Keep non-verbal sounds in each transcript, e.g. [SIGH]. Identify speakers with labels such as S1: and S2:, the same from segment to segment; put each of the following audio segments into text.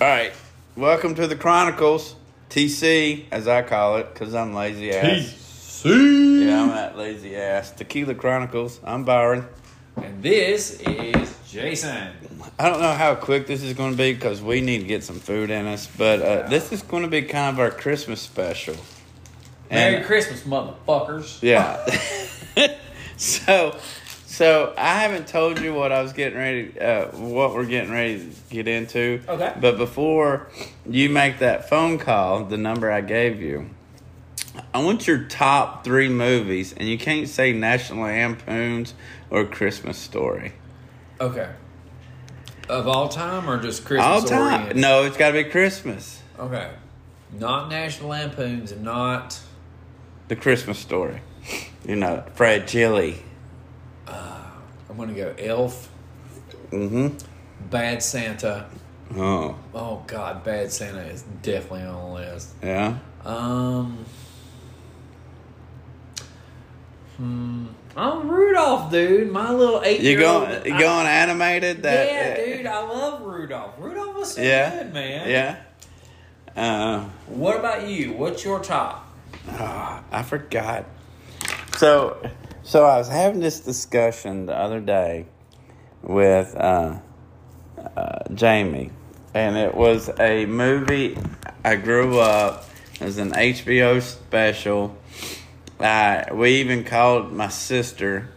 S1: All right. Welcome to the Chronicles. TC, as I call it, because I'm lazy ass.
S2: TC.
S1: Yeah, I'm that lazy ass. Tequila Chronicles. I'm Byron.
S2: And this is Jason.
S1: I don't know how quick this is going to be because we need to get some food in us, but uh,
S2: Yeah.
S1: this is going to be kind of our Christmas special.
S2: Merry
S1: And-
S2: Christmas, motherfuckers.
S1: Yeah. [LAUGHS] so, so I haven't told you what I was getting ready, uh, what we're getting ready to get into.
S2: Okay.
S1: But before you make that phone call, the number I gave you, I want your top three movies, and you can't say National Lampoon's or Christmas Story.
S2: Okay. Of all time or just Christmas?
S1: All time.
S2: oriented?
S1: No, it's got to be Christmas.
S2: Okay. Not National Lampoons and not.
S1: The Christmas Story. You know, Fred Chili.
S2: I'm going to go Elf. Mm-hmm. Bad Santa.
S1: Oh,
S2: Oh God, Bad Santa is definitely on the list.
S1: yeah.
S2: Um. Hmm. I'm Rudolph, dude. My little eight.
S1: You going?
S2: going?
S1: You going animated? That
S2: yeah, dude, I love Rudolph. Rudolph was so
S1: Yeah,
S2: good, man.
S1: Yeah. Uh,
S2: What about you? What's your top?
S1: ah, I forgot. So, so I was having this discussion the other day with uh, uh, Jamie, and it was a movie I grew up. It was an HBO special. I, we even called my sister,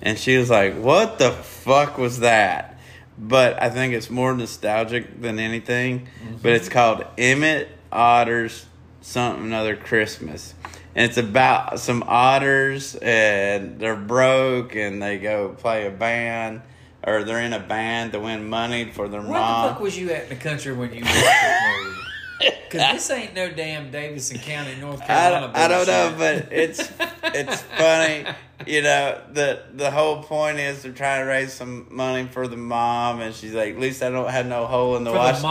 S1: and she was like, "What the fuck was that?" But I think it's more nostalgic than anything.
S2: Mm-hmm.
S1: But it's called Emmett Otter's something another Christmas, and it's about some otters and they're broke and they go play a band or they're in a band to win money for their
S2: Where the fuck
S1: mom.
S2: was you at in the country when [LAUGHS] you watched this movie? Because this ain't no damn Davidson County, North
S1: I,
S2: Carolina.
S1: don't- I don't know,
S2: bullshit. [LAUGHS]
S1: but it's it's funny. You know, the the whole point is they're trying to raise some money for the mom, and she's like, "At least I don't have no hole in the
S2: For the
S1: Washington."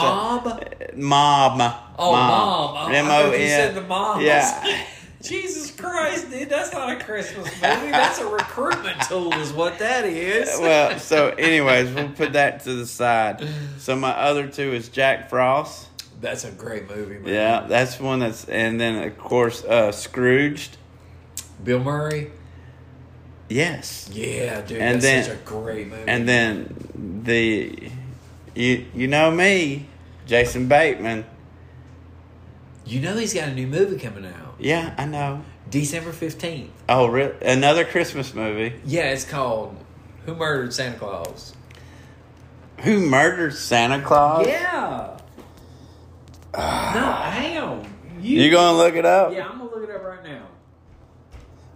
S2: mob?
S1: Mom.
S2: Oh, mom. Oh, I thought you said the mom.
S1: Yeah.
S2: [LAUGHS] Jesus Christ, dude, that's not a Christmas movie. That's a recruitment tool, is what that is. [LAUGHS]
S1: [LAUGHS] well, so anyways, we'll put that to the side. So my other two is Jack Frost.
S2: that's a great movie, man.
S1: Yeah, that's one that's and then of course uh Scrooged.
S2: Bill Murray.
S1: Yes.
S2: Yeah, dude,
S1: And
S2: that's
S1: then-
S2: such a great movie.
S1: And then the you you know me, Jason Bateman.
S2: you know he's got a new movie coming out
S1: Yeah, I know.
S2: December fifteenth.
S1: Oh, re- another Christmas movie.
S2: Yeah, it's called Who Murdered Santa Claus.
S1: Who murdered Santa Claus?
S2: Yeah. no, hang on. You,
S1: You gonna look it up?
S2: Yeah, I'm gonna look it up right now.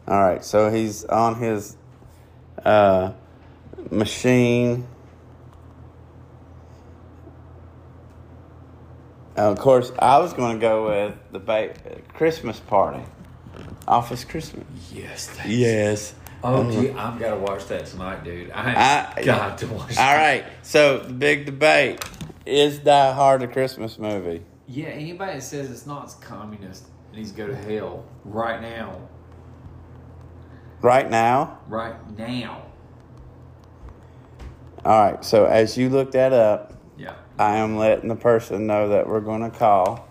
S1: All right, so he's on his uh, machine. Uh, of course, I was going to go with the ba- Christmas party, Office Christmas.
S2: Yes. Thanks.
S1: Yes.
S2: Oh, gee, I've got to watch that tonight, dude. I,
S1: I-
S2: got to watch.
S1: All
S2: that.
S1: right, so the big debate is Die Hard a Christmas movie?
S2: Yeah, anybody that says it's not is communist needs to go to hell right now.
S1: Right now.
S2: Right now.
S1: All right, so as you look that up,
S2: Yeah.
S1: I am letting the person know that we're going to call.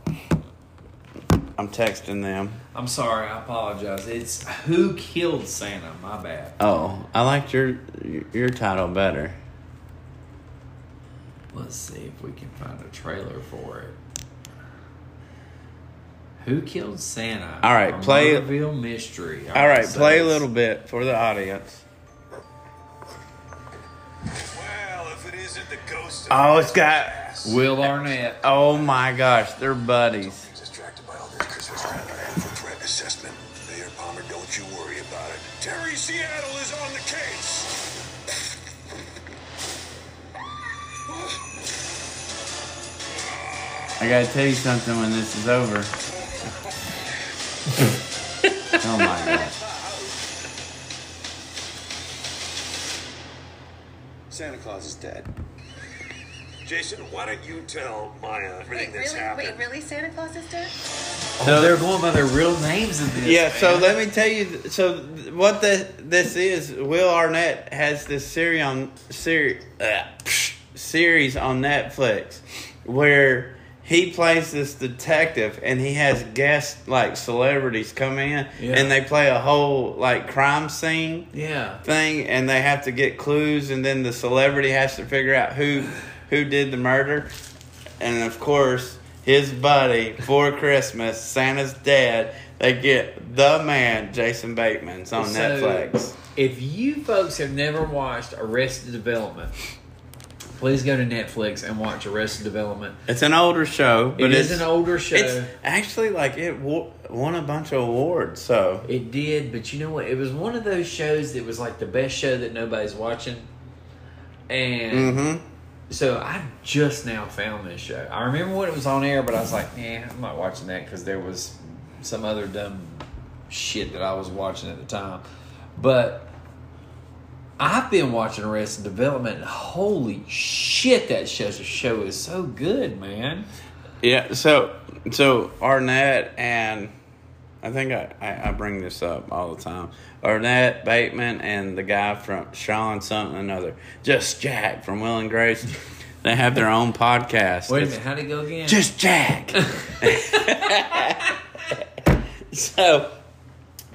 S1: I'm texting them.
S2: I'm sorry. I apologize. It's who killed Santa. My bad.
S1: Oh, I liked your your title better.
S2: Let's see if we can find a trailer for it. Who killed Santa?
S1: All right,
S2: A
S1: play-
S2: Murderville mystery.
S1: All right,
S2: so
S1: play a
S2: it's-
S1: little bit for the audience.
S3: Well, if it isn't the ghost of
S1: Oh, it's got.
S2: Will Arnett.
S1: Oh my gosh, they're buddies.
S3: He's distracted by all this Christmas racket for threat assessment. Mayor Palmer, don't you worry about it. Terry Seattle is on the case.
S1: I gotta tell you something when this is over. [LAUGHS] oh my gosh.
S3: Santa Claus is dead. Jason, why don't you tell Maya everything
S4: Wait,
S3: that's
S4: really?
S3: happened?
S4: Wait, really? Santa Claus is dead?
S2: So they're going by their real names in this.
S1: Oh, Yeah, so
S2: man.
S1: let me tell you. th- So th- what the, this is, Will Arnett has this series on ser- uh, series on Netflix where He plays this detective, and he has guest like celebrities come in,
S2: Yeah.
S1: and they play a whole like crime scene
S2: Yeah.
S1: thing, and they have to get clues, and then the celebrity has to figure out who who did the murder, and of course his buddy for Christmas, Santa's dad. They get the man, Jason Bateman's on
S2: So,
S1: Netflix.
S2: If you folks have never watched Arrested Development, please go to Netflix and watch Arrested Development.
S1: It's an older show, but
S2: it
S1: it's
S2: is an older show.
S1: It's actually like it wa- won a bunch of awards. So
S2: It did, but you know what? It was one of those shows that was like the best show that nobody's watching. And
S1: mm-hmm.
S2: so I just now found this show. I remember when it was on air, but I was like, "Yeah, I'm not watching that because there was some other dumb shit that I was watching at the time." But I've been watching Arrested Development. And holy shit, that show show is so good, man.
S1: yeah. So so Arnett and I think I, I, I bring this up all the time. Arnett Bateman and the guy from Sean something another, just Jack from Will and Grace. They have their own podcast.
S2: Wait a
S1: It's
S2: minute, how'd it go again?
S1: just Jack. so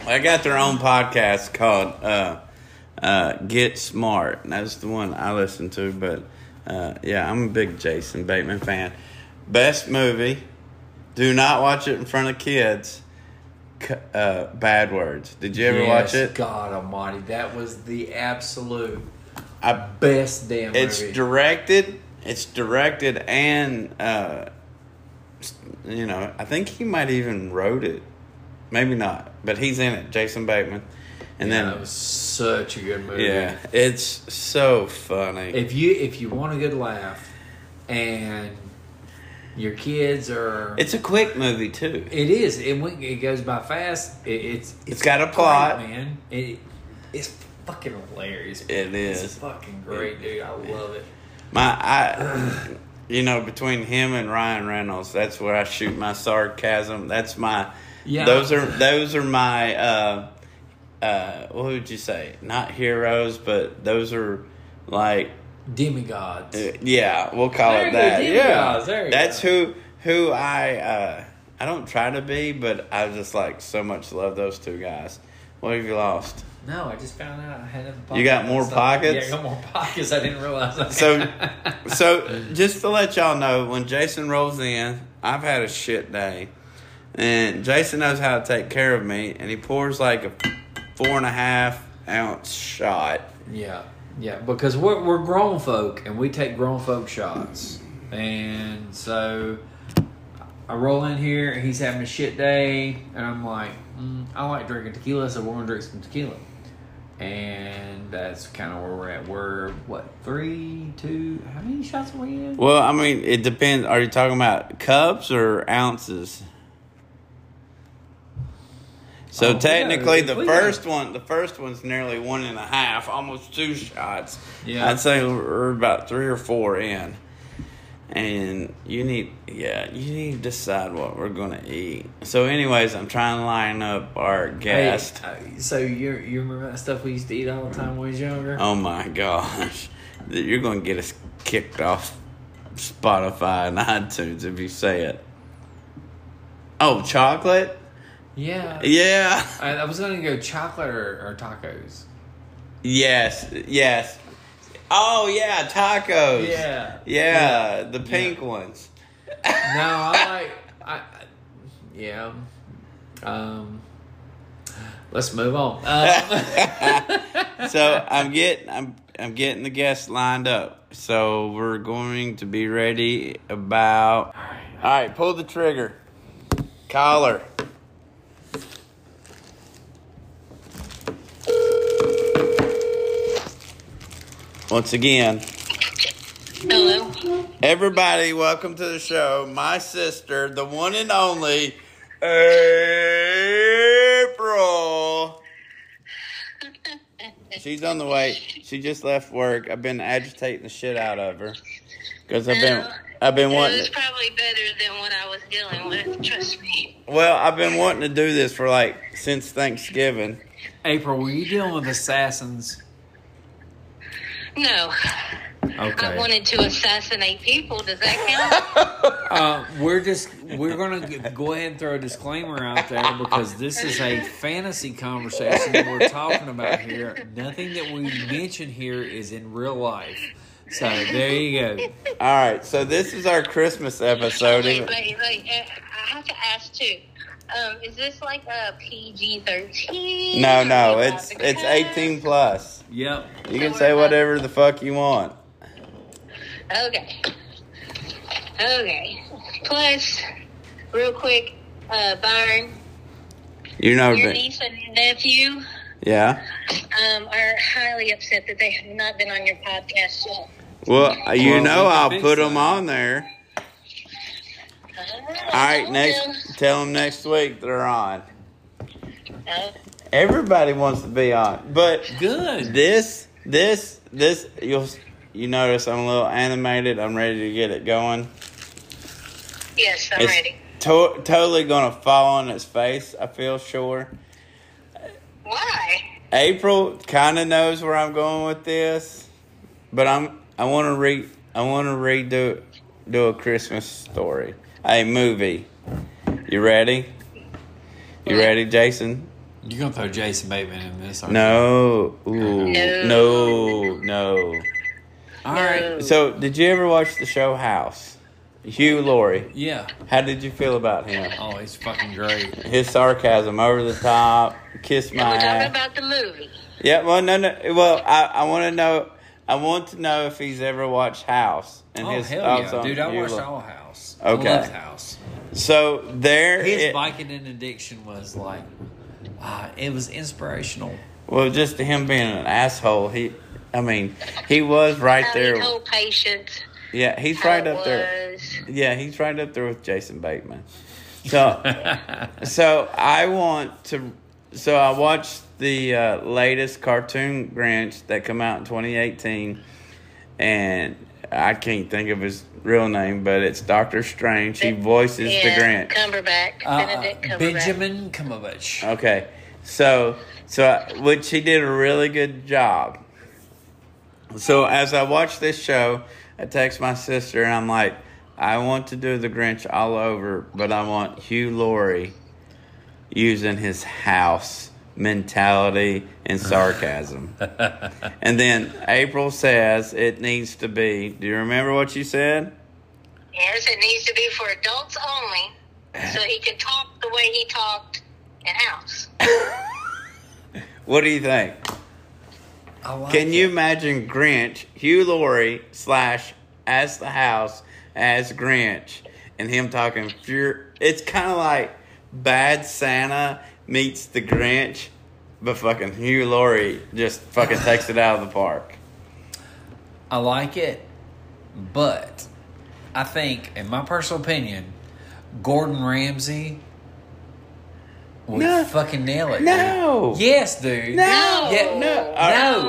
S1: I got their own podcast called uh, uh, Get Smart. And that's the one I listen to. But uh, yeah, I'm a big Jason Bateman fan. Best movie. Do not watch it in front of kids. C- Uh, bad words. Did you ever watch
S2: Yes,
S1: it?
S2: God Almighty, that was the absolute
S1: I
S2: best damn
S1: It's
S2: movie.
S1: directed. It's directed and uh, s- you know, I think he might even wrote it. Maybe not, but he's in it. Jason Bateman, and
S2: Yeah,
S1: then
S2: that was such a good movie.
S1: yeah, it's so funny.
S2: If you if you want a good laugh, and your kids are,
S1: it's a quick movie too.
S2: it is it went, it goes by fast. It, it's, it's
S1: got a plot.
S2: great, man. It it's fucking hilarious.
S1: It
S2: It's
S1: is
S2: fucking great, dude. I love it.
S1: my I. You know, between him and Ryan Reynolds, that's where I shoot my sarcasm. That's my.
S2: Yeah.
S1: Those are those are my. Uh, uh, what would you say? Not heroes, but those are like
S2: Demigods.
S1: Uh, Yeah, we'll call
S2: There
S1: it
S2: you go,
S1: that.
S2: Jimmy
S1: yeah,
S2: Jaws, there you
S1: that's
S2: go.
S1: who who I uh, I don't try to be, but I just like so much love those two guys. What have you lost?
S2: No, I just found out I had a pocket.
S1: You got more
S2: and stuff.
S1: pockets?
S2: Yeah, I got more pockets. I didn't realize. I [LAUGHS]
S1: So
S2: had.
S1: so just to let y'all know, when Jason rolls in, I've had a shit day, and Jason knows how to take care of me, and he pours like a four and a half ounce shot.
S2: Yeah, yeah, because we're, we're grown folk and we take grown folk shots. And so I roll in here and he's having a shit day, and I'm like, mm, I like drinking tequila, so we're gonna drink some tequila. And that's kind of where we're at. We're what three, two? How many shots are we in?
S1: Well, I mean, it depends. Are you talking about cups or ounces?
S2: Oh,
S1: So
S2: we
S1: technically,
S2: got-
S1: the
S2: we got-
S1: first one, the first one's nearly one and a half, almost two shots.
S2: Yeah.
S1: I'd say we're about three or four in, and you need, yeah, you need to decide what we're gonna eat. So, anyways, I'm trying to line up our
S2: Hey,
S1: guest.
S2: uh, so you you remember that stuff we used to eat all the time when we was younger?
S1: Oh my gosh. You're going to get us kicked off Spotify and iTunes if you say it. Oh, chocolate?
S2: Yeah.
S1: Yeah.
S2: I, I was gonna go chocolate or, or tacos.
S1: Yes. Yes. Oh, yeah, tacos.
S2: Yeah.
S1: Yeah, the pink ones.
S2: No, I like. I, I yeah. Um, let's move on. Um,
S1: So, I'm getting I'm I'm getting the guests lined up. So, we're going to be ready about All right, pull the trigger. Collar. Once again,
S4: Hello.
S1: everybody, welcome to the show. My sister, the one and only April. She's on the way. She just left work. I've been agitating the shit out of her because I've been I've been
S4: It
S1: wanting.
S4: was probably better than what I was dealing with. Trust me.
S1: Well, I've been wanting to do this for like since Thanksgiving.
S2: [LAUGHS] April, were you dealing with assassins?
S4: No, I
S2: Okay.
S1: [LAUGHS]
S4: wanted to assassinate people. Does that count?
S2: Uh, we're just we're gonna g- go ahead and throw a disclaimer out there because this is a fantasy conversation that we're talking about here. Nothing that we mention here is in real life. So there you go.
S1: All right, so this is our Christmas episode.
S4: Wait, wait, wait. Uh, I have to ask too. Um, is this like a PG thirteen?
S1: No, no, it's it's 18 plus.
S2: Yep.
S1: You can say whatever the fuck you want.
S4: Okay. Okay. Plus, real quick, uh, Byron,
S1: You know,
S4: your
S1: but,
S4: niece and nephew
S1: yeah.
S4: um, are highly upset that they have not been on your podcast yet.
S1: Well, you
S2: Well, we
S1: know
S2: can
S1: I'll
S2: fix
S1: put them
S2: that.
S1: on there. All
S4: All
S1: right, next. Tell them next week they're on. Everybody wants to be on, but
S2: Good.
S1: this, this, this. You'll you notice I'm a little animated. I'm ready to get it going.
S4: yes, I'm
S1: It's
S4: ready.
S1: to- totally gonna fall on its face. I feel sure.
S4: Why?
S1: April kind of knows where I'm going with this, but I'm I want to re I want to redo do a Christmas story, a movie. You ready? You ready, Jason?
S2: You're gonna throw Jason Bateman in this? aren't
S1: No, Ooh, no,
S4: No.
S1: no.
S2: you? All right.
S1: So, did you ever watch the show House? Hugh Laurie.
S2: Yeah.
S1: How did you feel about him?
S2: Oh, he's fucking great.
S1: His sarcasm, over the top, kiss my
S4: We're talking
S1: ass.
S4: about the movie.
S1: Yeah, well, no, no. Well, I, I want to know. I want to know if he's ever watched House and
S2: Oh
S1: his
S2: hell
S1: thoughts
S2: yeah,
S1: on
S2: dude! I watched
S1: Eula.
S2: all House.
S1: Okay.
S2: I loved House.
S1: So there,
S2: His
S1: it,
S2: biking and addiction was like, uh, it was inspirational.
S1: well, just him being an asshole. He, I mean, he was right
S4: How
S1: there.
S4: he told patients
S1: Yeah, he's
S4: how
S1: right
S4: it
S1: up there.
S4: was.
S1: Yeah, he's right up there with Jason Bateman. So, so I want to. So I watched the uh, latest cartoon Grinch that come out in 2018, and I can't think of his real name, but it's Doctor Strange. He voices
S4: yeah,
S1: the Grinch.
S4: Cumberback.
S2: Uh,
S4: Benedict Cumberbatch.
S2: Benjamin Cumberbatch.
S1: Okay, so so which he did a really good job. So as I watch this show, I text my sister and I'm like, I want to do the Grinch all over, but I want Hugh Laurie using his house mentality and sarcasm. and then April says it needs to be. Do you remember what you said?
S4: Yes, it needs to be for adults only, so he can talk the way he talked in House.
S1: What do you think?
S2: I like
S1: Can
S2: it.
S1: you imagine Grinch, Hugh Laurie slash as the house as Grinch, and him talking fur? It's kind of like Bad Santa meets the Grinch, but fucking Hugh Laurie just fucking takes it out of the
S4: [LAUGHS]
S1: park.
S2: I like it, but I think, in my personal opinion, Gordon Ramsay would
S1: No.
S2: fucking nail it.
S1: No.
S2: dude. Yes, dude.
S1: No.
S2: Yeah,
S1: No.
S2: No,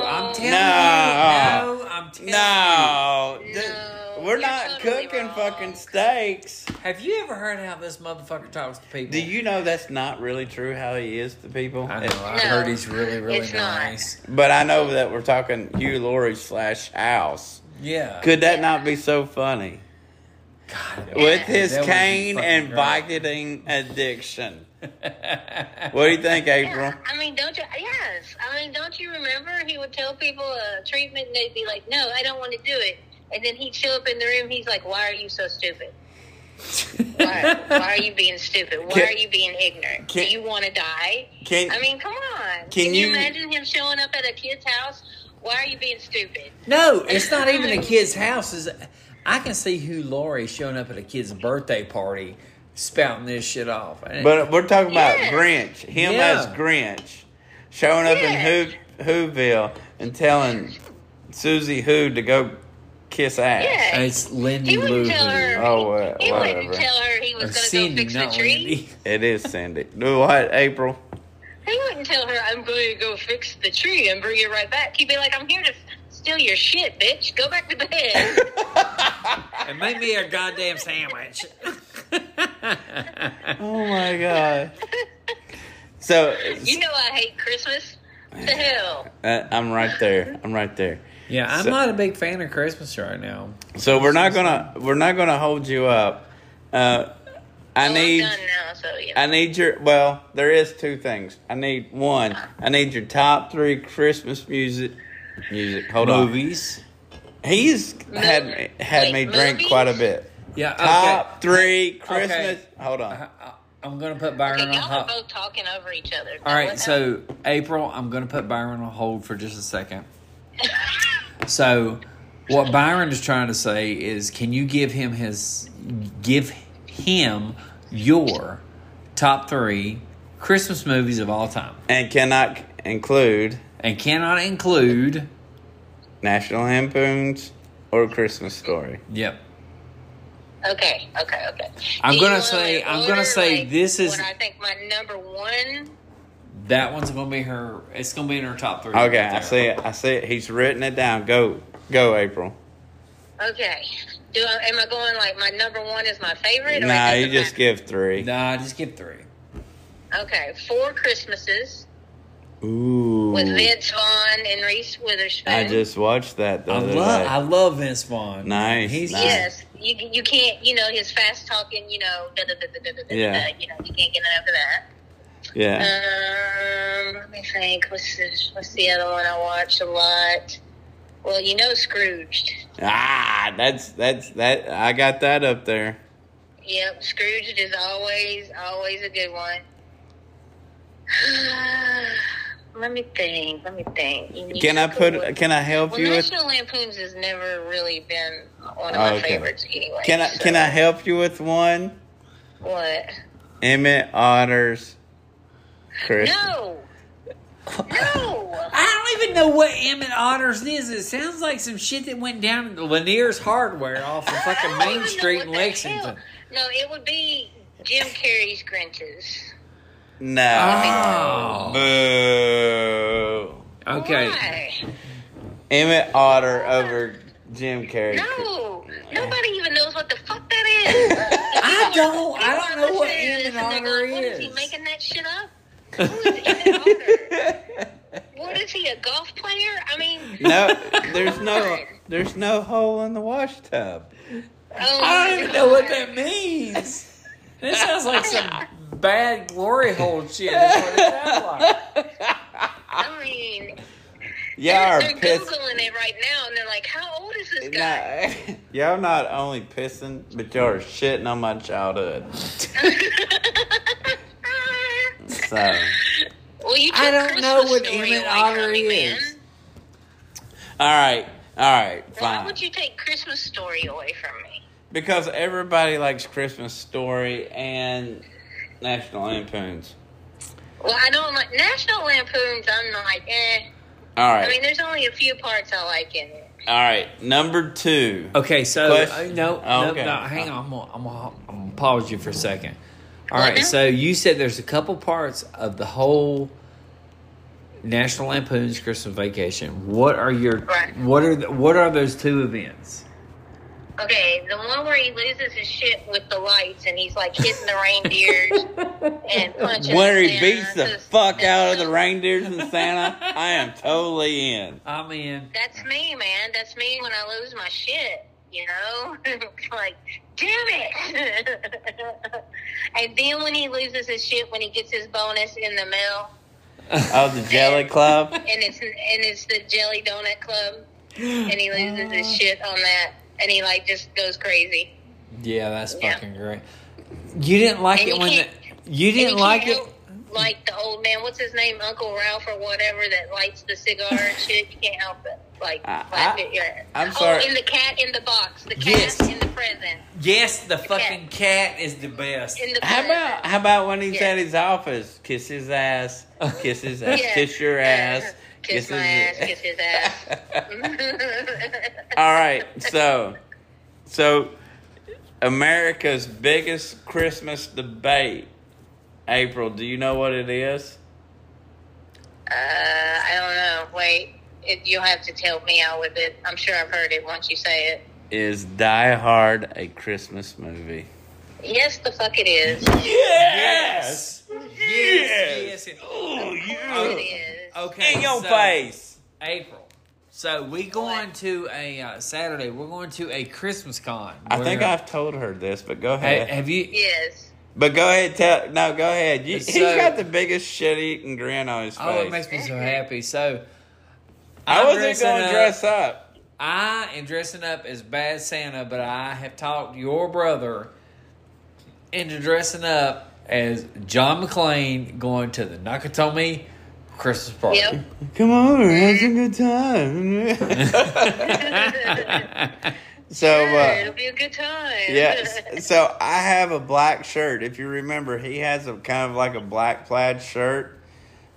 S2: I'm telling
S1: No.
S2: you. No, I'm telling you.
S1: No, th-
S4: No,
S1: we're
S4: you're
S1: not
S4: totally
S1: cooking
S4: wrong.
S1: fucking steaks.
S2: Have you ever heard how this motherfucker talks to people?
S1: Do you know that's not really true how he is to people?
S2: I know. I
S4: No,
S2: heard he's really, really
S4: it's not.
S2: nice.
S1: But I know that we're talking Hugh Laurie slash house.
S2: Yeah.
S1: [LAUGHS] Could that not be so funny?
S2: God,
S1: With his
S2: That would be
S1: cane
S2: fucking
S1: and
S2: great.
S1: biting addiction. what do you think, April?
S4: Yeah, I mean, don't you? Yes, I mean, don't you remember he would tell people a treatment, and they'd be like, "No, I don't want to do it," and then he'd show up in the room. He's like, "Why are you so stupid? Why, why are you being stupid? Why
S1: Can-
S4: are you being ignorant?
S1: can-
S4: do you want to die?"
S1: Can
S4: I mean, come on.
S1: Can
S4: Can,
S1: you-
S4: you imagine him showing up at a kid's house? Why are you being stupid?
S2: No, it's not even a kid's house. Is I can see who Lori showing up at a kid's birthday party, spouting this shit off.
S1: but we're talking about
S4: Yes.
S1: Grinch. Him
S2: Yeah.
S1: as Grinch. Showing up
S4: Yes.
S1: in Who Whoville and telling Susie Who to go kiss ass.
S4: Yeah.
S2: it's Lindy
S4: He
S2: Lou.
S4: wouldn't tell her.
S1: Oh, uh,
S4: he
S1: whatever.
S4: wouldn't tell her he was going to go
S2: Cindy,
S4: fix the
S2: not
S1: [LAUGHS]
S4: tree.
S2: Lindy.
S1: It is Cindy. Do what, April?
S4: He wouldn't tell her, I'm going to go fix the tree and bring it right back. He'd be like, I'm here to steal your shit, bitch. Go back
S2: [LAUGHS]
S4: to bed.
S2: And make me a goddamn sandwich. [LAUGHS]
S1: Oh my
S4: [LAUGHS]
S1: god. So
S4: you know I hate Christmas. The hell.
S1: uh, I'm right there. I'm right there.
S2: Yeah, I'm
S1: So-
S2: not a big fan of Christmas right now.
S1: So we're not gonna we're not gonna hold you up. Uh, I
S4: Well,
S1: need.
S4: Oh, I'm done now, so yeah.
S1: I need your well, there is two things. I need one. I need your top three Christmas music music. Hold
S2: Movies.
S1: on. He's had me
S4: Movies.
S1: had
S4: Wait,
S1: me drink
S4: movies?
S1: quite a bit.
S2: Yeah. Okay.
S1: Top three Christmas hold on.
S2: I, I, I'm gonna put Byron
S4: okay,
S2: on
S4: y'all are
S2: hot.
S4: both talking over each other.
S2: All
S4: Now,
S2: right,
S4: what-
S2: so April, I'm going to put Byron on hold for just a second. So, what Byron is trying to say is, can you give him his, give him your top three Christmas movies of all time,
S1: And cannot include
S2: and cannot include,
S1: National Lampoons or Christmas Story.
S2: yep,
S4: [LAUGHS] Okay, okay, okay.
S2: I'm
S4: Do
S2: gonna
S4: you wanna
S2: say- I'm
S4: order,
S2: gonna say
S4: like,
S2: this is-
S4: what I think my number one.
S2: that one's going to be her. It's going to be in her top three.
S1: Okay,
S2: right
S1: I
S2: there.
S1: see it. I see it. He's written it down. Go go April.
S4: Okay, do I, am I going like my number one is my favorite? or
S1: Nah,
S4: it
S1: you
S4: doesn't
S1: just
S4: matter?
S1: give three.
S2: Nah, just give three.
S4: Okay, four Christmases
S1: Ooh.
S4: with Vince Vaughn and Reese Witherspoon.
S1: I just watched that the
S2: I
S1: other
S2: love,
S1: day.
S2: I love Vince Vaughn.
S1: Nice,
S2: He's
S1: nice.
S4: Yes, you you can't you know his fast talking you know da da da da da da da.
S1: Yeah.
S4: da, You know you can't get enough of that.
S1: yeah.
S4: uh, Um, let me think. What's the, what's the other one I watch a lot? Well, you know Scrooged.
S1: Ah, that's that's that. I got that up there.
S4: Yep, Scrooged is always always a good one. [SIGHS] let me think. Let me think. You need
S1: Can I
S4: to
S1: put?
S4: put-
S1: Can I help
S4: Well,
S1: you with?
S4: National Lampoons has never really been one of
S1: Oh,
S4: my
S1: okay.
S4: favorites anyway.
S1: Can I?
S4: so-
S1: Can I help you with one?
S4: What?
S1: Emmett Otter's Christmas.
S4: No. No.
S2: I don't even know what Emmett Otters is. It sounds like some shit that went down at Lanier's Hardware off of fucking
S4: I don't
S2: Main
S4: even
S2: Street
S4: know
S2: in
S4: what the hell-
S2: Lexington.
S4: No, it would be Jim Carrey's Grinches.
S1: No.
S2: Oh.
S1: Boo.
S2: Okay.
S4: Why?
S1: Emmett Otter over Jim Carrey.
S4: No. Nobody even knows what the fuck that is.
S2: [LAUGHS] I don't. I
S4: People
S2: don't
S4: are
S2: know what
S4: listening to
S2: Emmett
S4: this and they're
S2: Otter
S4: going, What is he
S2: is.
S4: making that shit
S2: [LAUGHS]
S4: up? Who is Emmett Otter? What is he, a golf player? I mean,
S1: No, there's no, there's no hole in the washtub.
S4: oh
S2: I
S4: my
S2: don't even know what
S4: God.
S2: that means. It sounds like
S4: [LAUGHS]
S2: some bad glory hole shit. Is what it sounds like.
S4: I mean,
S1: Y'all are
S4: they're
S1: pissed.
S4: Googling it right now and they're like, how old is this guy?
S1: Nah, y'all not only pissing, but y'all are shitting on my childhood.
S4: [LAUGHS]
S1: So.
S4: well, you took
S2: I don't know
S4: Christmas
S2: what
S4: story
S2: Emmett
S4: away
S2: Otter
S4: from me, man.
S2: is.
S1: All right, all right,
S4: Why
S1: fine.
S4: would you take Christmas story away from me?
S1: because everybody likes Christmas Story and National Lampoons.
S4: Well, I don't like National Lampoons. I'm like, eh.
S1: All
S4: I mean,
S1: right,
S4: there's only a few parts I like in it.
S1: all right. Number two.
S2: Okay, so uh,
S1: Question.
S2: no,
S1: Oh,
S2: no,
S1: okay.
S2: no, hang on. I'm gonna, I'm, gonna, I'm gonna pause you for a second. All
S4: What
S2: right,
S4: now?
S2: so you said there's a couple parts of the whole National Lampoon's Christmas Vacation. What are your
S4: Right.
S2: what are the, what are those two events?
S4: Okay, the one where he loses his shit with the lights and he's like hitting the
S1: [LAUGHS]
S4: reindeers and punching.
S1: Where he
S4: Santa.
S1: beats the
S4: That's-
S1: fuck out of the reindeers and Santa, I am totally in.
S2: I'm in.
S4: That's me, man. That's me when I lose my shit. You know, [LAUGHS] It's like damn it. [LAUGHS] and then when he loses his shit, when he gets his bonus in the mail,
S1: Oh, the
S4: [LAUGHS]
S1: Jelly Club.
S4: and it's and it's the Jelly Donut Club, and he loses his
S1: [GASPS]
S4: shit on that, and he like just goes crazy.
S2: Yeah, that's
S4: Yeah.
S2: fucking great. You didn't like
S4: And
S2: it
S4: you
S2: when the,
S4: can't-
S2: you
S4: And
S2: didn't
S4: you
S2: like
S4: can't
S2: it.
S4: help, Like the old man, what's his name, Uncle Ralph or whatever, that lights the cigar
S1: [LAUGHS]
S4: and shit. You can't help it. Like,
S1: I-
S4: laugh
S1: I-
S4: at your-
S1: I'm
S4: Oh,
S1: sorry.
S4: in the cat in the box, the cat
S2: Yes.
S4: in the present,
S2: Yes, the fucking cat is the best.
S4: in the
S1: How
S4: present.
S1: about how about when he's
S4: Yeah.
S1: at his office? Kiss his ass, kiss his ass,
S4: [LAUGHS] Yeah.
S1: kiss your ass,
S4: [LAUGHS] kiss, my ass, kiss his ass.
S1: [LAUGHS] All right, so so America's biggest Christmas debate. April, do you know what it is?
S4: [LAUGHS] uh, I don't know. Wait, it, you'll have to help me out with it. I'm sure I've heard it once you say it.
S1: Is Die Hard a Christmas movie?
S4: Yes, the fuck it is.
S1: Yes.
S2: Yes. yes, yes.
S1: Oh,
S4: It is.
S2: Okay.
S1: In your
S2: so-
S1: face.
S2: April. So we going to a uh, Saturday. We're going to a Christmas con.
S1: I think
S2: where-
S1: I've told her this, but go
S2: Hey,
S1: ahead.
S2: have you?
S4: Yes.
S1: but go ahead, tell. No, go ahead. You,
S2: So-
S1: he's got the biggest shit-eating grin on his face.
S2: Oh, it makes me so happy. So
S1: I
S2: I'm
S1: wasn't
S2: dressing
S1: going to
S2: up-
S1: dress up.
S2: I am dressing up as Bad Santa, but I have talked your brother into dressing up as John McClane going to the Nakatomi Christmas
S1: Oh.
S2: party.
S1: [LAUGHS]
S4: Yep. [LAUGHS]
S1: Come on, we're having a good
S2: [LAUGHS]
S1: time. so,
S4: Yeah,
S1: uh,
S4: it'll be a good time.
S1: yes. So I have a black shirt. If you remember, he has a kind of like a black plaid shirt.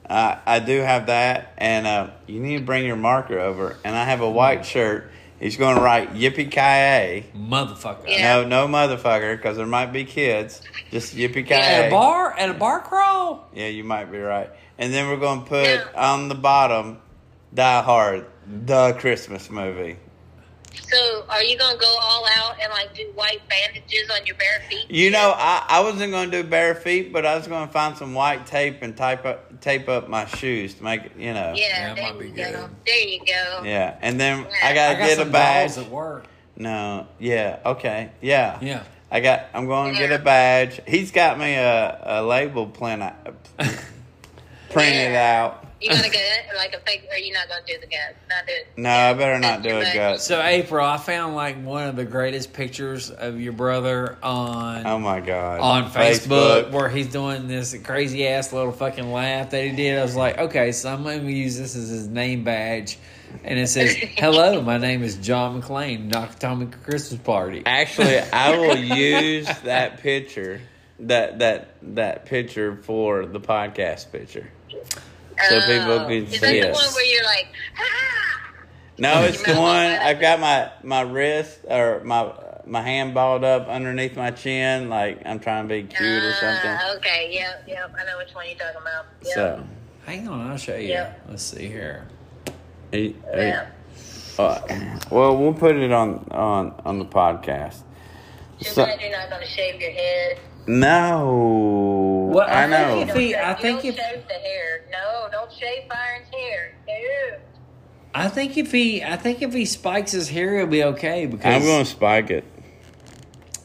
S1: Uh, I do have that, and uh, you need to bring your marker over. And I have a
S4: Mm.
S1: white shirt. He's going to write "Yippee Ki
S2: Motherfucker.
S4: Yeah.
S1: No, no, motherfucker, because there might be kids. Just "Yippee Ki
S2: At a bar? At a bar crawl?
S1: Yeah, you might be right. And then we're going to put
S4: Yeah.
S1: on the bottom Die Hard, the Christmas movie.
S4: [LAUGHS] so, are you gonna go all out and like do white bandages on your bare feet?
S1: You know, I, I wasn't going to do bare feet, but I was going to find some white tape and type up, tape up my shoes to make it, you know.
S4: Yeah,
S2: That
S4: there
S2: might be
S4: you
S2: good.
S4: go. There you go.
S1: Yeah. And then I
S2: I
S1: got to
S2: got
S1: get a
S2: some
S1: badge.
S2: balls at work.
S1: No. Yeah. Okay. Yeah.
S2: Yeah.
S1: I got. I'm going to
S4: Yeah.
S1: get a badge. He's got me a, a label uh, plan, printed
S4: Yeah.
S1: out.
S4: You
S1: [LAUGHS]
S4: gonna go like a fake? Or you not gonna do the gut? Not do it.
S1: No, I better not
S4: That's
S1: do
S4: your
S1: a
S4: badge.
S1: gut.
S2: So April, I found like one of the greatest pictures of your brother on
S1: Oh my god.
S2: on Facebook, where he's doing this crazy ass little fucking laugh that he did. I was like, okay, so I'm going to use this as his name badge. And it says, hello, my name is John McClain, Nakatomi Christmas Party.
S1: Actually, I will use that picture, that that that picture for the podcast picture. So people
S4: Oh.
S1: can
S4: Is
S1: see
S4: that the
S1: us.
S4: one where you're like, ah?
S1: No, it's the one I've got my my wrist or my my hand balled up underneath my chin, like I'm trying to be cute or something.
S4: Ah, okay, yep, yep. I know which one you're talking about. Yep.
S1: So,
S2: Hang on, I'll show you.
S4: Yeah.
S2: Let's see here.
S1: are you- are you-
S4: yeah.
S1: uh, well, we'll put it on on on the podcast.
S4: Too
S1: So-
S4: bad you're not gonna shave your head.
S1: No,
S2: Well, I
S1: I
S2: think
S1: know.
S2: if See, I
S4: You don't
S2: think if-
S4: shave the hair. No, don't shave Byron's hair. No.
S2: I think if he, I think if he spikes his hair, he'll be okay
S1: I'm going
S2: because
S1: to spike it.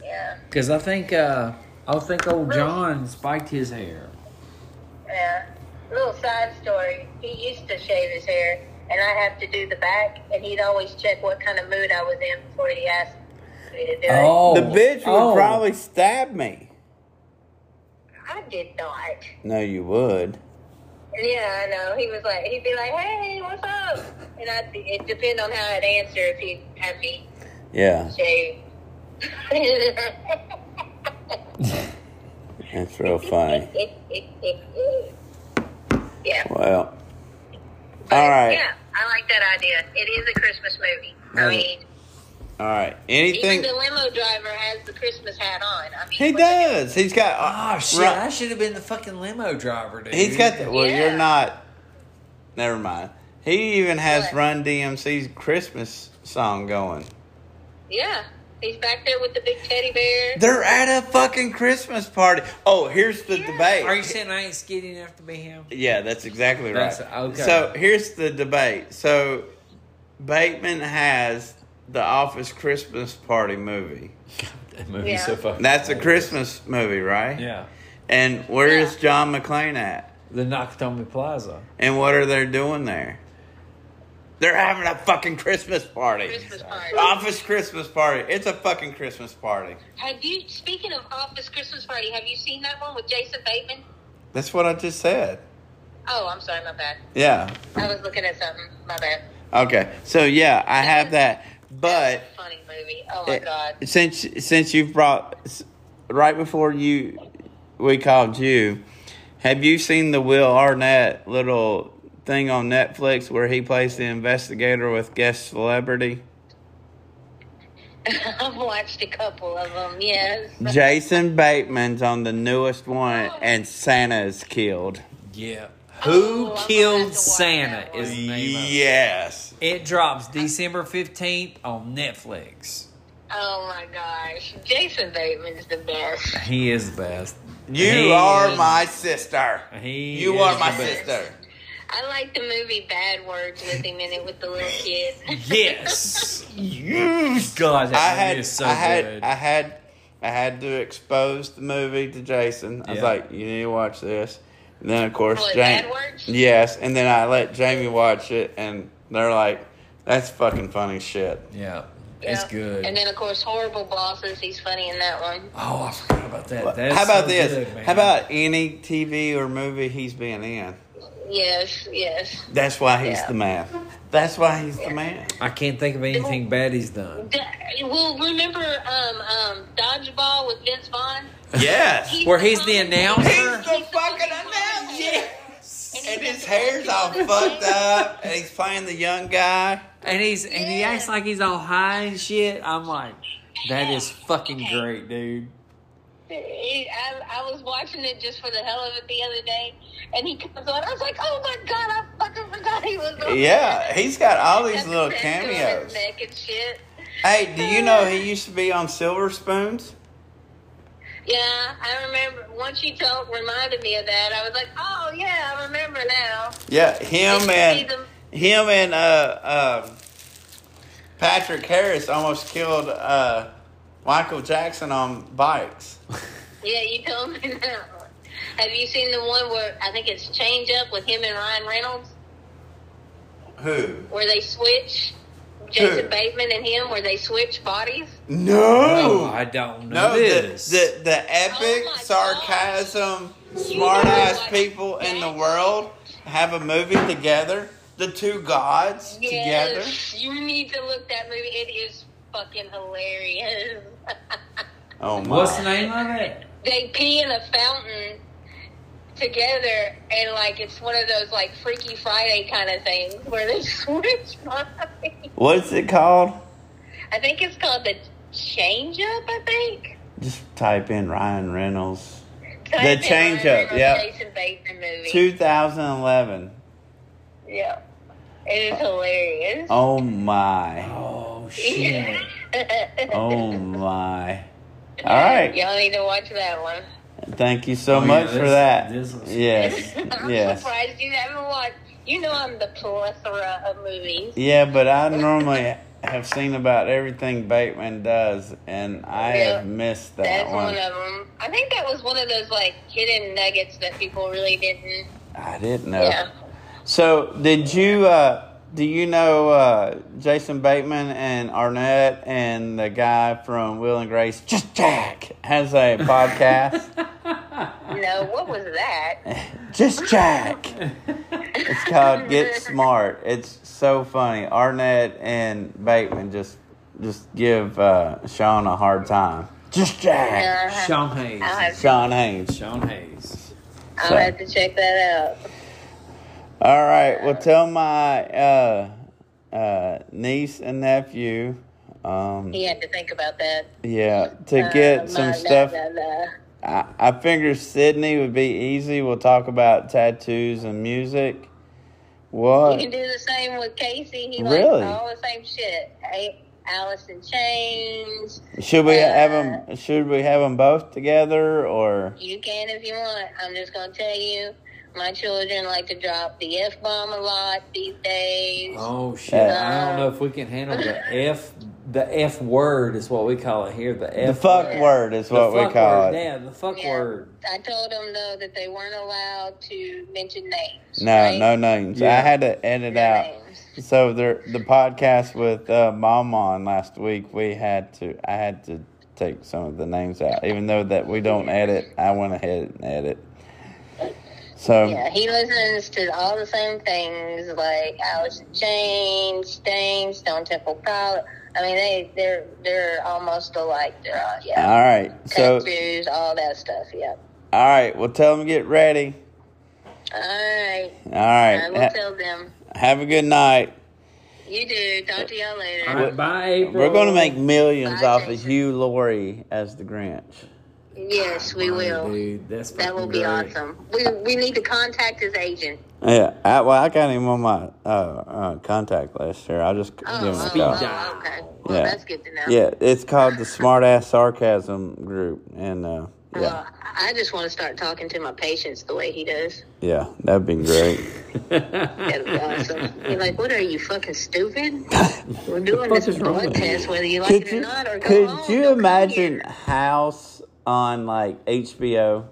S4: Yeah,
S2: because I think, uh, I think old John spiked his hair.
S4: yeah. Little side story. He used to shave his hair, and I have to do the back, and he'd always check what kind of mood I was in before he asked me to do it.
S1: The bitch would
S2: oh.
S1: probably stab me.
S4: I did not.
S1: No, you would.
S4: Yeah, I know. He was like, he'd be like, "Hey, what's up?" And I'd be, it depend on how I'd answer if he had me
S1: Yeah,
S4: shaved.
S1: that's real funny.
S4: [LAUGHS] yeah.
S1: Well,
S4: But,
S1: all right,
S4: Yeah, I like that idea. It is a Christmas movie. I
S1: Right.
S4: mean,
S1: all right. Anything
S4: even the limo driver has the Christmas hat on. I mean,
S1: he
S4: what-
S1: does, he's got.
S2: Oh shit!
S1: Uh, Right.
S2: I should have been the fucking limo driver, dude.
S1: He's got. The, well,
S4: Yeah.
S1: you're not. Never mind. He even has
S4: What?
S1: Run DMC's Christmas song going.
S4: Yeah, he's back there with the big teddy bear.
S1: They're at a fucking Christmas party. Oh, here's the
S4: Yeah.
S1: debate.
S2: Are you saying I ain't skinny enough to be him?
S1: Yeah, that's exactly right.
S2: That's- okay.
S1: So here's the debate. So Bateman has the Office Christmas Party movie.
S2: That movie's
S4: Yeah.
S2: so fucking.
S1: That's a Christmas movie, right?
S2: Yeah,
S1: And where is
S4: Yeah.
S1: John McClane at?
S2: the Nakatomi Plaza.
S1: And what are they doing there? They're having a fucking Christmas party.
S4: Christmas party.
S1: Office Christmas party. It's a fucking Christmas party.
S4: Have you? Speaking of office Christmas party, have you seen that one with Jason Bateman?
S1: That's what I just said.
S4: Oh, I'm sorry, my bad.
S1: Yeah.
S4: I was looking at something. My bad.
S1: Okay. So yeah, I have that. But
S4: That's a funny movie. Oh my god.
S1: since since you've brought s- right before you we called you, have you seen the Will Arnett little thing on Netflix where he plays the investigator with guest celebrity?
S4: [LAUGHS] I've watched a couple of them. Yes.
S1: Jason Bateman's on the newest one, and Santa is killed.
S2: Yeah.
S4: Oh, I'm
S2: Who
S4: gonna have to
S2: killed
S4: watch
S2: Santa
S4: that one.
S2: is the name of it.
S1: Yes.
S2: It drops December fifteenth on Netflix.
S4: Oh my gosh. Jason Bateman's the best.
S2: He is the best.
S1: You
S2: He
S1: are
S2: is-
S1: my sister.
S2: He
S1: you
S2: is
S1: are my
S2: the best.
S1: sister.
S4: I like the movie Bad Words with him in it with the
S1: [LAUGHS]
S4: little kid.
S2: Yes. yes. God, that
S1: I
S2: movie
S1: had,
S2: is so
S1: I had,
S2: good.
S1: I had, I had to expose the movie to Jason. I was
S2: Yeah.
S1: like, "You need to watch this." And then of course,
S4: What,
S1: Jamie.
S4: Bad Words?
S1: Yes, and then I let Jamie watch it, and they're like, "That's fucking funny shit."
S2: yeah.
S4: Yeah.
S2: It's good.
S4: And then of course Horrible Bosses, he's funny in that one.
S2: oh, I forgot about that. That's
S1: How about
S2: so
S1: this?
S2: good, man.
S1: How about any TV or movie he's been in?
S4: Yes, yes.
S1: That's why he's
S4: Yeah.
S1: the man. That's why he's the man.
S2: I can't think of
S1: Oh.
S2: anything bad he's done.
S4: D- Well, remember um, um, Dodgeball with Vince Vaughn?
S1: Yes.
S2: Where he's the announcer?
S1: [LAUGHS] He's the fucking announcer.
S4: Yes.
S1: And his hair's [LAUGHS] all fucked up, and he's playing the young guy.
S2: And he's and he acts like he's all high and shit. I'm like, that is fucking great, dude.
S4: I, I was watching it just for the hell of it the other day, and he comes on. I was like, "Oh my god, I fucking forgot he was on."
S1: Oh, Yeah, he's got all
S4: Got
S1: these
S4: the
S1: little
S4: tattoo on his
S1: cameos.
S4: neck and shit.
S1: Hey, do you know he used to be on Silver Spoons?
S4: Yeah, I remember. Once you told, reminded me of that. I was like, "Oh yeah, I remember now."
S1: Yeah, him and
S4: He's
S1: him and uh, um Patrick Harris almost killed uh, Michael Jackson on bikes.
S4: Yeah, you told me [LAUGHS] that. one. Have you seen the one where I think it's Change Up with him and Ryan Reynolds,
S1: Who?
S4: where they switch Jason Bateman and him, where they switch bodies?
S2: Oh,
S1: No,
S2: I don't know
S1: no, the,
S2: this.
S1: the the epic
S4: Oh my
S1: sarcasm,
S4: You
S1: smart ass
S4: know what?
S1: people in the
S4: Yes.
S1: world have a movie together. The two gods together.
S4: Yes, you need to look that movie. It is fucking hilarious. [LAUGHS]
S1: Oh my!
S2: What's the name of it?
S4: they pee in a fountain together, and like it's one of those like Freaky Friday kind of things where they [LAUGHS] switch bodies.
S1: What's it called?
S4: I think it's called the Change Up. I think.
S1: Just type in Ryan Reynolds.
S4: Type in
S1: change
S4: Ryan
S1: up,
S4: Reynolds
S1: yeah.
S4: Jason Bateman movie.
S1: 2011.
S4: Yeah. It is hilarious. [LAUGHS]
S1: Oh my.
S2: Oh shit.
S1: Oh my. All right.
S4: Y'all need to watch that one.
S1: Thank you so
S2: Oh, yeah,
S1: much for
S2: this-
S1: that.
S2: this looks-
S1: Yes.
S4: [LAUGHS]
S1: [LAUGHS]
S4: I'm
S1: Yes.
S4: surprised you haven't watched. You know I'm the plethora of movies.
S1: Yeah, but I normally have seen about everything Bateman does, and I
S4: Yeah.
S1: have missed that
S4: That's one.
S1: one.
S4: of them. I think that was one of those like hidden nuggets that people really didn't.
S1: I didn't know.
S4: Yeah.
S1: So, did you? uh Do you know uh Jason Bateman and Arnett and the guy from Will and Grace? Just Jack has a
S4: [LAUGHS]
S1: podcast.
S4: No, what was
S1: [LAUGHS]
S4: that?
S1: Just Jack. it's called Get Smart. It's so funny. Arnett and Bateman just just give uh, Sean a hard time. Just Jack.
S4: Uh,
S2: Sean Hayes.
S4: I'll have,
S1: Sean Haynes.
S2: Sean Hayes.
S4: I'll have to check that out.
S1: All right. Well, tell my uh, uh, niece and nephew. Um,
S4: He had to think about that.
S1: yeah, to
S4: Uh,
S1: get
S4: my-
S1: some
S4: nah,
S1: stuff.
S4: nah, nah.
S1: I, I figure Sydney would be easy. We'll talk about tattoos and music.
S4: You can
S1: What?
S4: do the same with Casey. He
S1: Really?
S4: likes all the same shit. A- Alice in Chains.
S1: Should we
S4: uh,
S1: have them? Should we have them both together or?
S4: You can if you want. I'm just gonna tell you, my children like to drop the f bomb a lot these days.
S2: Oh shit. I don't know if we can handle the F the F word is what we call it here. The F
S1: The fuck
S2: word.
S1: word is
S2: The
S1: what we
S2: fuck
S1: call
S2: word.
S1: it.
S2: Yeah, the fuck
S4: Yeah.
S2: word.
S4: I told them though that they weren't allowed to mention names.
S1: No,
S4: right?
S1: no names. I
S2: Yeah.
S1: had to edit
S4: No
S1: out.
S4: names.
S1: So the the podcast with uh, Mom on last week, we had to. I had to take some of the names out, even though that we don't edit. I went ahead and edit. So
S4: Yeah, he listens to all the same things like Alice in Chains, Stain, Stone Temple Pilot. I mean, they they're they're almost alike. They're all, yeah.
S1: all right, so
S4: tattoos, all that stuff. Yep.
S1: all right. Well, tell them to get ready.
S4: All right.
S1: All
S4: I
S1: right. eh.
S4: will
S1: Ha-
S4: tell them.
S1: have a good night.
S4: You do. Talk to y'all later.
S2: All right, bye April.
S1: We're going to make millions
S4: Bye,
S1: off of
S4: Jason.
S1: Hugh Laurie as the Grinch.
S4: yes, we
S2: Money,
S4: will.
S2: Dude, that's
S4: That will
S2: fucking
S4: be
S2: great.
S4: awesome. We we need to contact his agent.
S1: Yeah, I, well, I got him on my uh, uh, contact list here. I'll just
S4: Oh,
S1: give him a call.
S4: oh, oh, okay. Well,
S1: Yeah.
S4: that's good to know.
S1: Yeah, it's called the Smart Ass Sarcasm Group, and uh, yeah,
S4: Well, I just want to start talking to my patients the way he does.
S1: [LAUGHS] yeah, that'd be great.
S4: That'd be awesome. You're like, what are you
S1: [LAUGHS]
S4: fucking stupid? We're doing
S1: fuck
S4: this
S1: is wrong
S4: blood
S1: with you?
S4: test whether you like
S1: could
S4: it or
S1: you
S4: not, or go
S1: could
S4: home.
S1: you
S4: Don't come
S1: imagine
S4: here.
S1: House on like HBO?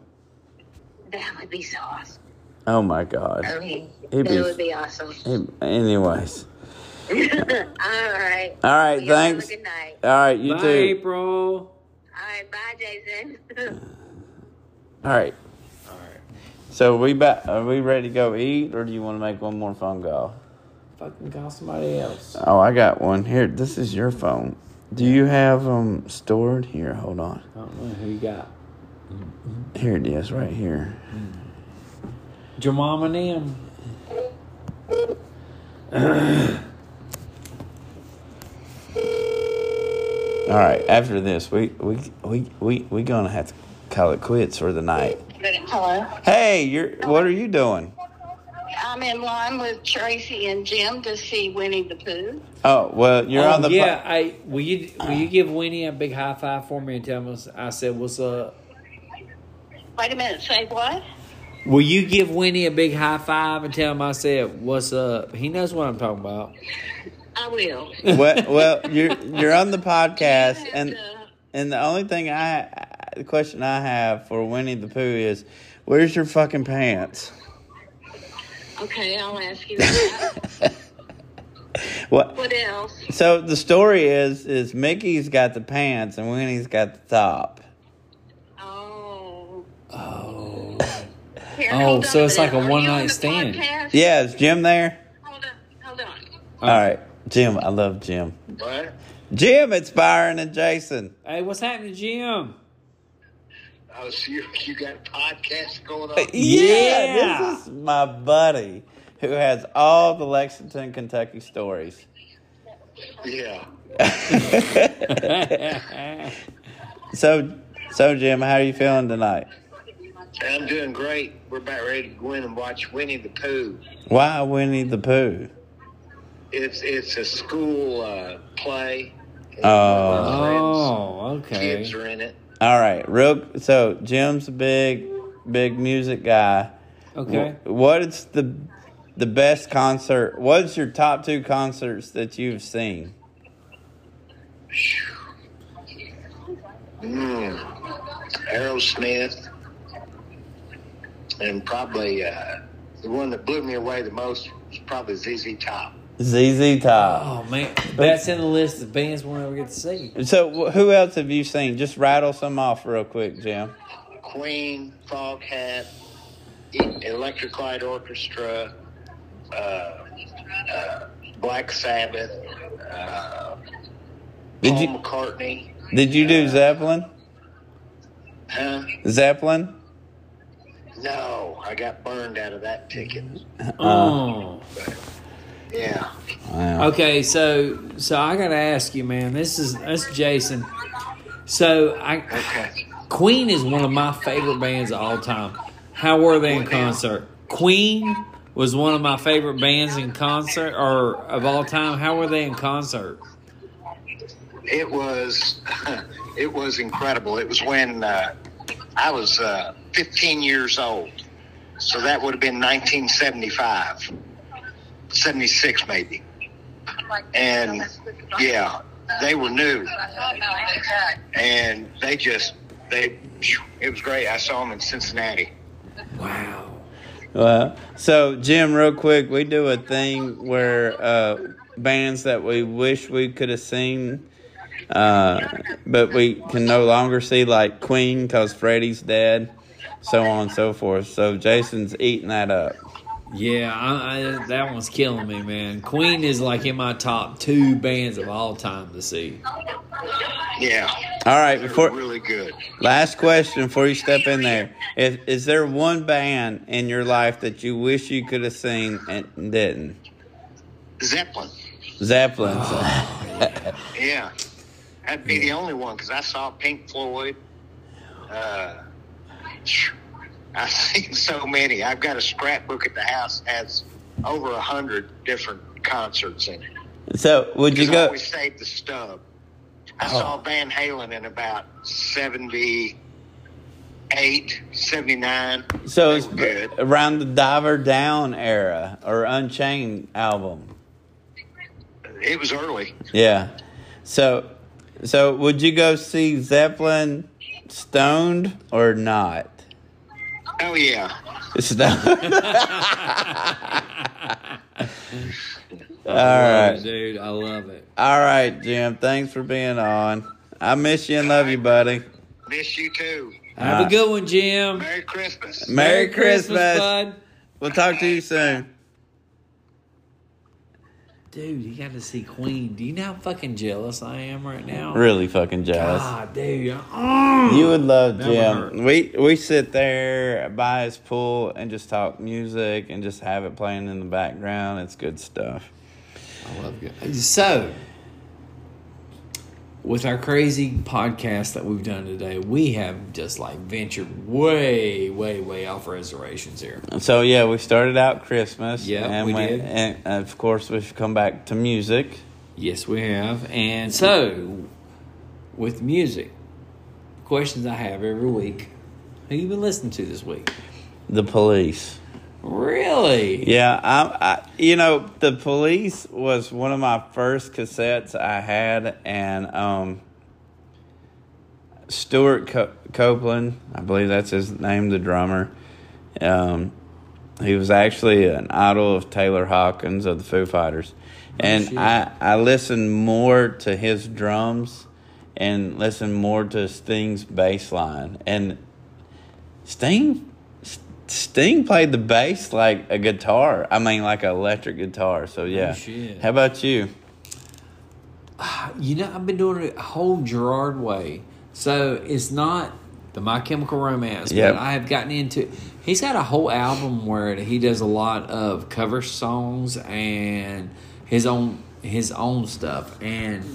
S4: That would be so awesome.
S1: Oh my god.
S4: I mean,
S1: It'd
S4: that
S1: be-
S4: would be awesome.
S1: Hey, anyways,
S4: All right.
S1: all right,
S4: You have a
S1: thanks.
S4: Good night.
S1: All right, you
S2: Bye,
S1: too.
S2: April.
S4: All right. Bye, Jason. [LAUGHS]
S1: All right.
S2: All right.
S1: So we ba- are we ready to go eat, or do you want to make one more phone call?
S2: Fucking call somebody else.
S1: Oh, I got one here. This is your phone. Do you have um stored here? Hold on.
S2: I don't know who you got.
S1: Here it is, right here.
S2: Your mom and them.
S1: All right. After this, we we we we we gonna have to call it quits for the night.
S4: Hello.
S1: Hey, you're. What are you doing?
S4: I'm in line with Tracy and Jim to see Winnie the Pooh.
S1: Oh well, you're
S2: Oh,
S1: on the. po-
S2: yeah, I will you will you give Winnie a big high five for me and tell him I said what's up.
S4: Wait a minute. Say what?
S2: Will you give Winnie a big high five and tell him I said what's up? He knows what I'm talking about.
S4: I will.
S1: well, well, you're you're on the podcast,
S4: Have
S1: and
S4: to-
S1: and the only thing I, I the question I have for Winnie the Pooh is, where's your fucking pants?
S4: okay, I'll ask you. That.
S1: What?
S4: what else?
S1: So the story is is Mickey's got the pants and Winnie's got the top.
S4: Oh.
S2: Oh,
S4: Here,
S2: Oh,
S4: hold on
S2: so it's like
S4: minute.
S2: a
S4: Are you
S2: one-night
S4: on the
S2: stand.
S4: podcast?
S1: Yeah, is Jim there?
S4: Hold on. Hold on.
S2: Uh,
S1: All right, Jim. I love Jim.
S3: What?
S1: Jim, it's Byron and Jason.
S2: hey, what's happening, [LAUGHS] Jim?
S3: Oh, so you, you got podcasts going on?
S1: e-
S2: Yeah.
S1: this is my buddy who has all the Lexington, Kentucky stories.
S3: Yeah.
S1: So, so Jim, how are you feeling tonight?
S3: I'm doing great. We're about ready to go in and watch Winnie the Pooh.
S1: Why Winnie the Pooh?
S3: It's it's a school uh, play. uh,
S1: Oh,
S2: Oh,
S3: Kids
S2: okay.
S3: are in it.
S1: all right. Real. So Jim's a big, big music guy.
S2: Okay.
S1: Wh- What's the the best concert? What's your top two concerts that you've seen?
S3: Mm. Aerosmith, and probably uh, the one that blew me away the most was probably ZZ Top.
S1: ZZ Top.
S2: Oh man, that's in the list of bands we'll never get to see.
S1: So wh- who else have you seen? Just rattle some off real quick, Jim.
S3: Queen, Foghat, E- Electric Light Orchestra, uh, uh, Black Sabbath, uh,
S1: Did
S3: Paul
S2: Oh,
S1: you
S3: McCartney,
S1: did you do Zeppelin?
S3: huh?
S1: Zeppelin.
S3: No, I got burned out of that ticket.
S2: Oh.
S3: Yeah.
S1: Wow.
S2: Okay, so so I gotta ask you, man. This is that's Jason. So I
S3: Okay.
S2: Queen is one of my favorite bands of all time. How were they in concert? Queen was one of my favorite bands in concert or of all time. How were they in concert?
S3: It was, [LAUGHS] it was incredible. It was when uh, I was uh, 15 years old, so that would have been 1975, 76 maybe. And yeah, they were new, and they just they. It was great. I saw them in Cincinnati.
S2: Wow.
S1: Well, so Jim, real quick, we do a thing where uh, bands that we wish we could have seen, uh, but we can no longer see, like Queen, cause Freddie's dead, so on and so forth. So Jason's eating that up.
S2: Yeah, I, I, that one's killing me, man. Queen is like in my top two bands of all time to see.
S3: Yeah,
S1: All right,
S3: they
S1: before
S3: were really good.
S1: last question before you step in there, is is there one band in your life that you wish you could have seen and didn't?
S3: Zeppelin.
S1: Zeppelin.
S3: Yeah, that'd be the only one because I saw Pink Floyd. Uh, [LAUGHS] I've seen so many. I've got a scrapbook at the house that has over a hundred different concerts in it.
S1: So would you
S3: Because I
S1: go?
S3: always saved the stub. I
S1: Oh.
S3: saw Van Halen in about 78, 79.
S1: So
S3: They
S1: it's
S3: were good.
S1: around the Diver Down era or Unchained album.
S3: It was early.
S1: Yeah. So, so would you go see Zeppelin stoned or not? [LAUGHS]
S3: Oh, yeah.
S1: Stoned.
S2: All
S1: right.
S2: dude, I love it.
S1: All right, Jim. Thanks for being on. I miss you and love you, buddy.
S3: Miss you too.
S2: Have
S1: Uh,
S2: a good one, Jim.
S3: Merry Christmas.
S1: Merry Christmas.
S2: bud.
S1: We'll talk to you soon.
S2: Dude, you got to see Queen. Do you know how fucking jealous I am right now?
S1: Really fucking jealous.
S2: God, dude.
S1: You would love
S2: That would
S1: Jim. We we sit there by his pool and just talk music and just have it playing in the background. It's good stuff.
S2: I love you. Mm. So, with our crazy podcast that we've done today, we have just like ventured way, way, way off reservations here.
S1: So yeah, we started out Christmas.
S2: Yeah,
S1: and
S2: we
S1: went-
S2: did.
S1: And of course, we've come back to music.
S2: Yes, we have. And so, with music, questions I have every week. Who you been listening to this week?
S1: The police.
S2: Really?
S1: Yeah, I, I. You know, the police was one of my first cassettes I had, and um, Stuart Co- Copeland, I believe that's his name, the drummer. Um, he was actually an idol of Taylor Hawkins of the Foo Fighters, and
S2: shit.
S1: I I listened more to his drums, and listened more to Sting's bass line, and Sting S- Sting played the bass like a guitar. I mean, like an electric guitar. So yeah.
S2: Oh, shit.
S1: How about you?
S2: You know, I've been doing it a whole Gerard way. So it's not the My Chemical Romance,
S1: Yep.
S2: but I have gotten into. He's got a whole album where he does a lot of cover songs and his own his own stuff. And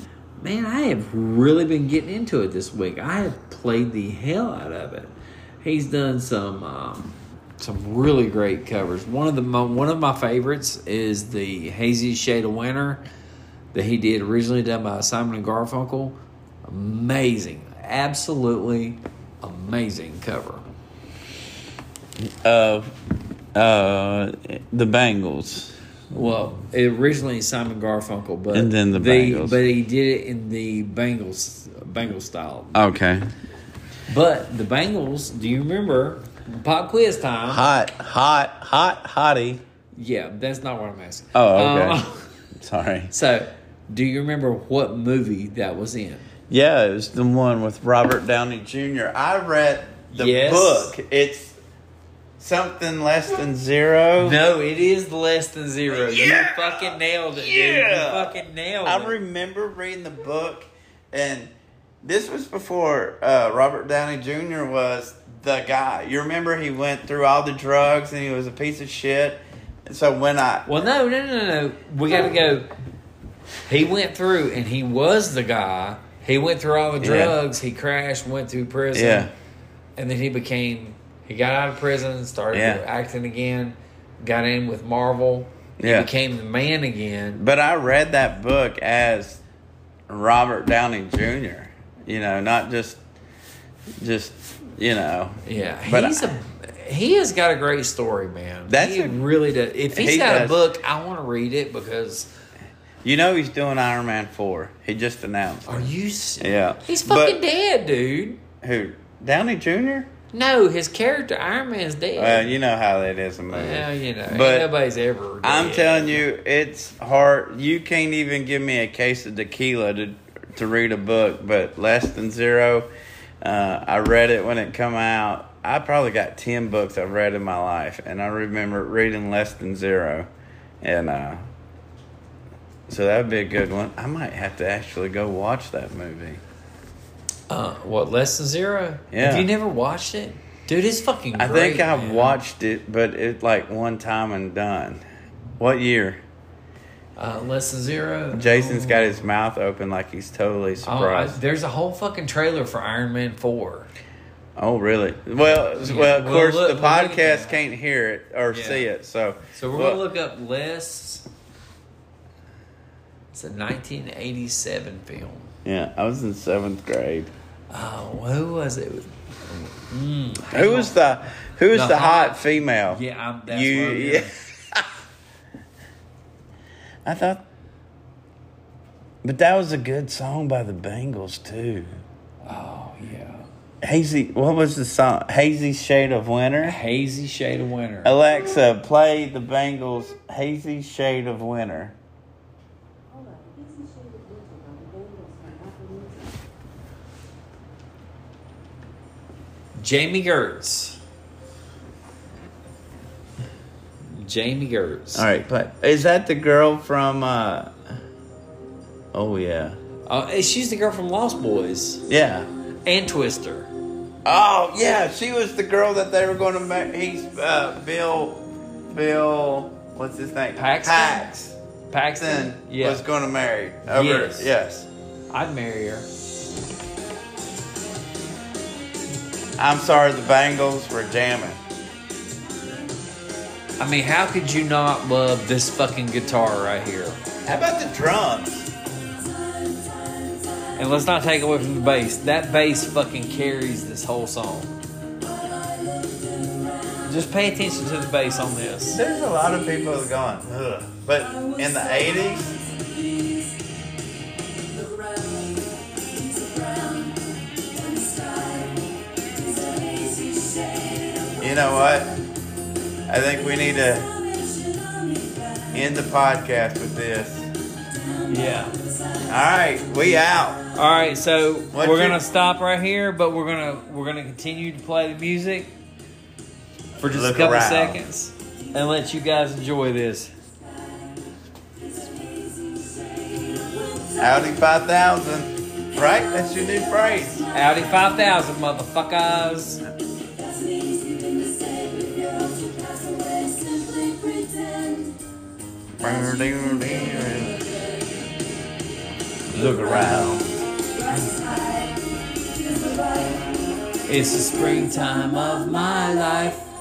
S2: man, I have really been getting into it this week. I have played the hell out of it. He's done some um, some really great covers. One of the mo- one of my favorites is the Hazy Shade of Winter that he did originally done by Simon and Garfunkel. Amazing, absolutely amazing cover.
S1: Uh, uh, the Bengals.
S2: Well, it originally Simon Garfunkel, but
S1: And then the Bangles.
S2: but he did it in the Bengals Bengal style.
S1: Okay.
S2: But the Bengals, do you remember pop quiz time?
S1: Hot, hot, hot, hottie.
S2: Yeah, that's not what I'm asking.
S1: Oh, okay.
S2: Um, [LAUGHS]
S1: [LAUGHS] Sorry.
S2: so, do you remember what movie that was in?
S1: Yeah, it was the one with Robert Downey Jr. I read the
S2: Yes.
S1: book. It's something less than zero.
S2: No, it is less than zero.
S1: Yeah!
S2: You fucking nailed it, dude. You
S1: Yeah!
S2: fucking nailed it.
S1: I remember reading the book, and this was before uh, Robert Downey Jr. was the guy. You remember he went through all the drugs and he was a piece of shit. And so when I
S2: Well, no, no, no, no. We got to go. He went through, and he was the guy. He went through all the
S1: Yeah.
S2: drugs. He crashed, went through prison,
S1: yeah
S2: and then he became. He got out of prison, started
S1: Yeah.
S2: acting again, got in with Marvel.
S1: Yeah.
S2: He became the man again.
S1: But I read that book as Robert Downey Jr. You know, not just just you know.
S2: Yeah,
S1: But
S2: he's a he has got a great story, man.
S1: That's
S2: he
S1: a-
S2: really does. If he's
S1: he
S2: got a
S1: does.
S2: book, I want to read it because
S1: You know he's doing Iron Man four. He just announced.
S2: are you? s-
S1: Yeah.
S2: he's
S1: But-
S2: fucking dead, dude.
S1: Who? Downey Jr.
S2: No, his character Iron Man's dead.
S1: Well, you know how that is in movies.
S2: Well, you know, ain't
S1: But
S2: nobody's ever.
S1: I'm
S2: dead.
S1: telling you, it's hard. You can't even give me a case of tequila to to read a book, but less than zero. Uh, I read it when it come out. I probably got ten books I've read in my life, and I remember reading less than zero, and uh, so that would be a good one. I might have to actually go watch that movie.
S2: Uh, what less than zero?
S1: Yeah.
S2: Have you never watched it, dude? It's fucking.
S1: I
S2: great,
S1: think I've
S2: man.
S1: watched it, but it like one time and done. What year?
S2: uh, less than zero.
S1: Jason's got his mouth open like he's totally
S2: Oh, I-
S1: surprised.
S2: there's a whole fucking trailer for Iron Man four.
S1: Oh, really? Well,
S2: Yeah,
S1: well, of
S2: we'll
S1: course,
S2: look-
S1: the
S2: we'll look at
S1: podcast
S2: that.
S1: can't hear it or
S2: Yeah.
S1: see it, so
S2: So we're
S1: well,
S2: gonna look up less It's a 1987 film.
S1: Yeah, I was in seventh grade.
S2: Oh, who was it? Mm,
S1: Who was the who was
S2: The
S1: the, hot,
S2: hot-
S1: female?
S2: yeah, I'm, that's
S1: you.
S2: what I'm
S1: yeah. I thought, but that was a good song by the Bengals too.
S2: Oh yeah.
S1: Hazy, what was the song? Hazy shade of winter.
S2: Hazy shade of winter.
S1: Alexa, play the Bengals "Hazy Shade of Winter."
S2: Jamie Gertz. Jamie Gertz.
S1: All right, play. Is that the girl from? uh Oh yeah,
S2: Uh, hey, she's the girl from Lost Boys
S1: yeah.
S2: and Twister.
S1: Oh yeah, she was the girl that they were going to make. He's uh, Bill, Bill. What's his name?
S2: Paxton?
S1: Pax.
S2: Paxton.
S1: Then
S2: Yeah.
S1: was going to marry. Over,
S2: Yes.
S1: yes.
S2: I'd marry her.
S1: I'm sorry, the Bengals were jamming.
S2: I mean, how could you not love this fucking guitar right here?
S1: How about the drums?
S2: And let's not take away from the bass. That bass fucking carries this whole song. Just pay attention to the bass on this.
S1: There's a lot of people that are going, ugh. But in the '80s, you know what? I think we need to end the podcast with this.
S2: Yeah.
S1: All right, we out.
S2: All right, so
S1: What
S2: we're
S1: you-
S2: gonna stop right here, but we're gonna we're gonna continue to play the music for just
S1: Look
S2: a couple
S1: around.
S2: seconds and let you guys enjoy this.
S1: Audi 5000, right? That's your new phrase.
S2: Audi 5000, motherfuckers.
S1: Look around.
S2: It's the springtime of my life.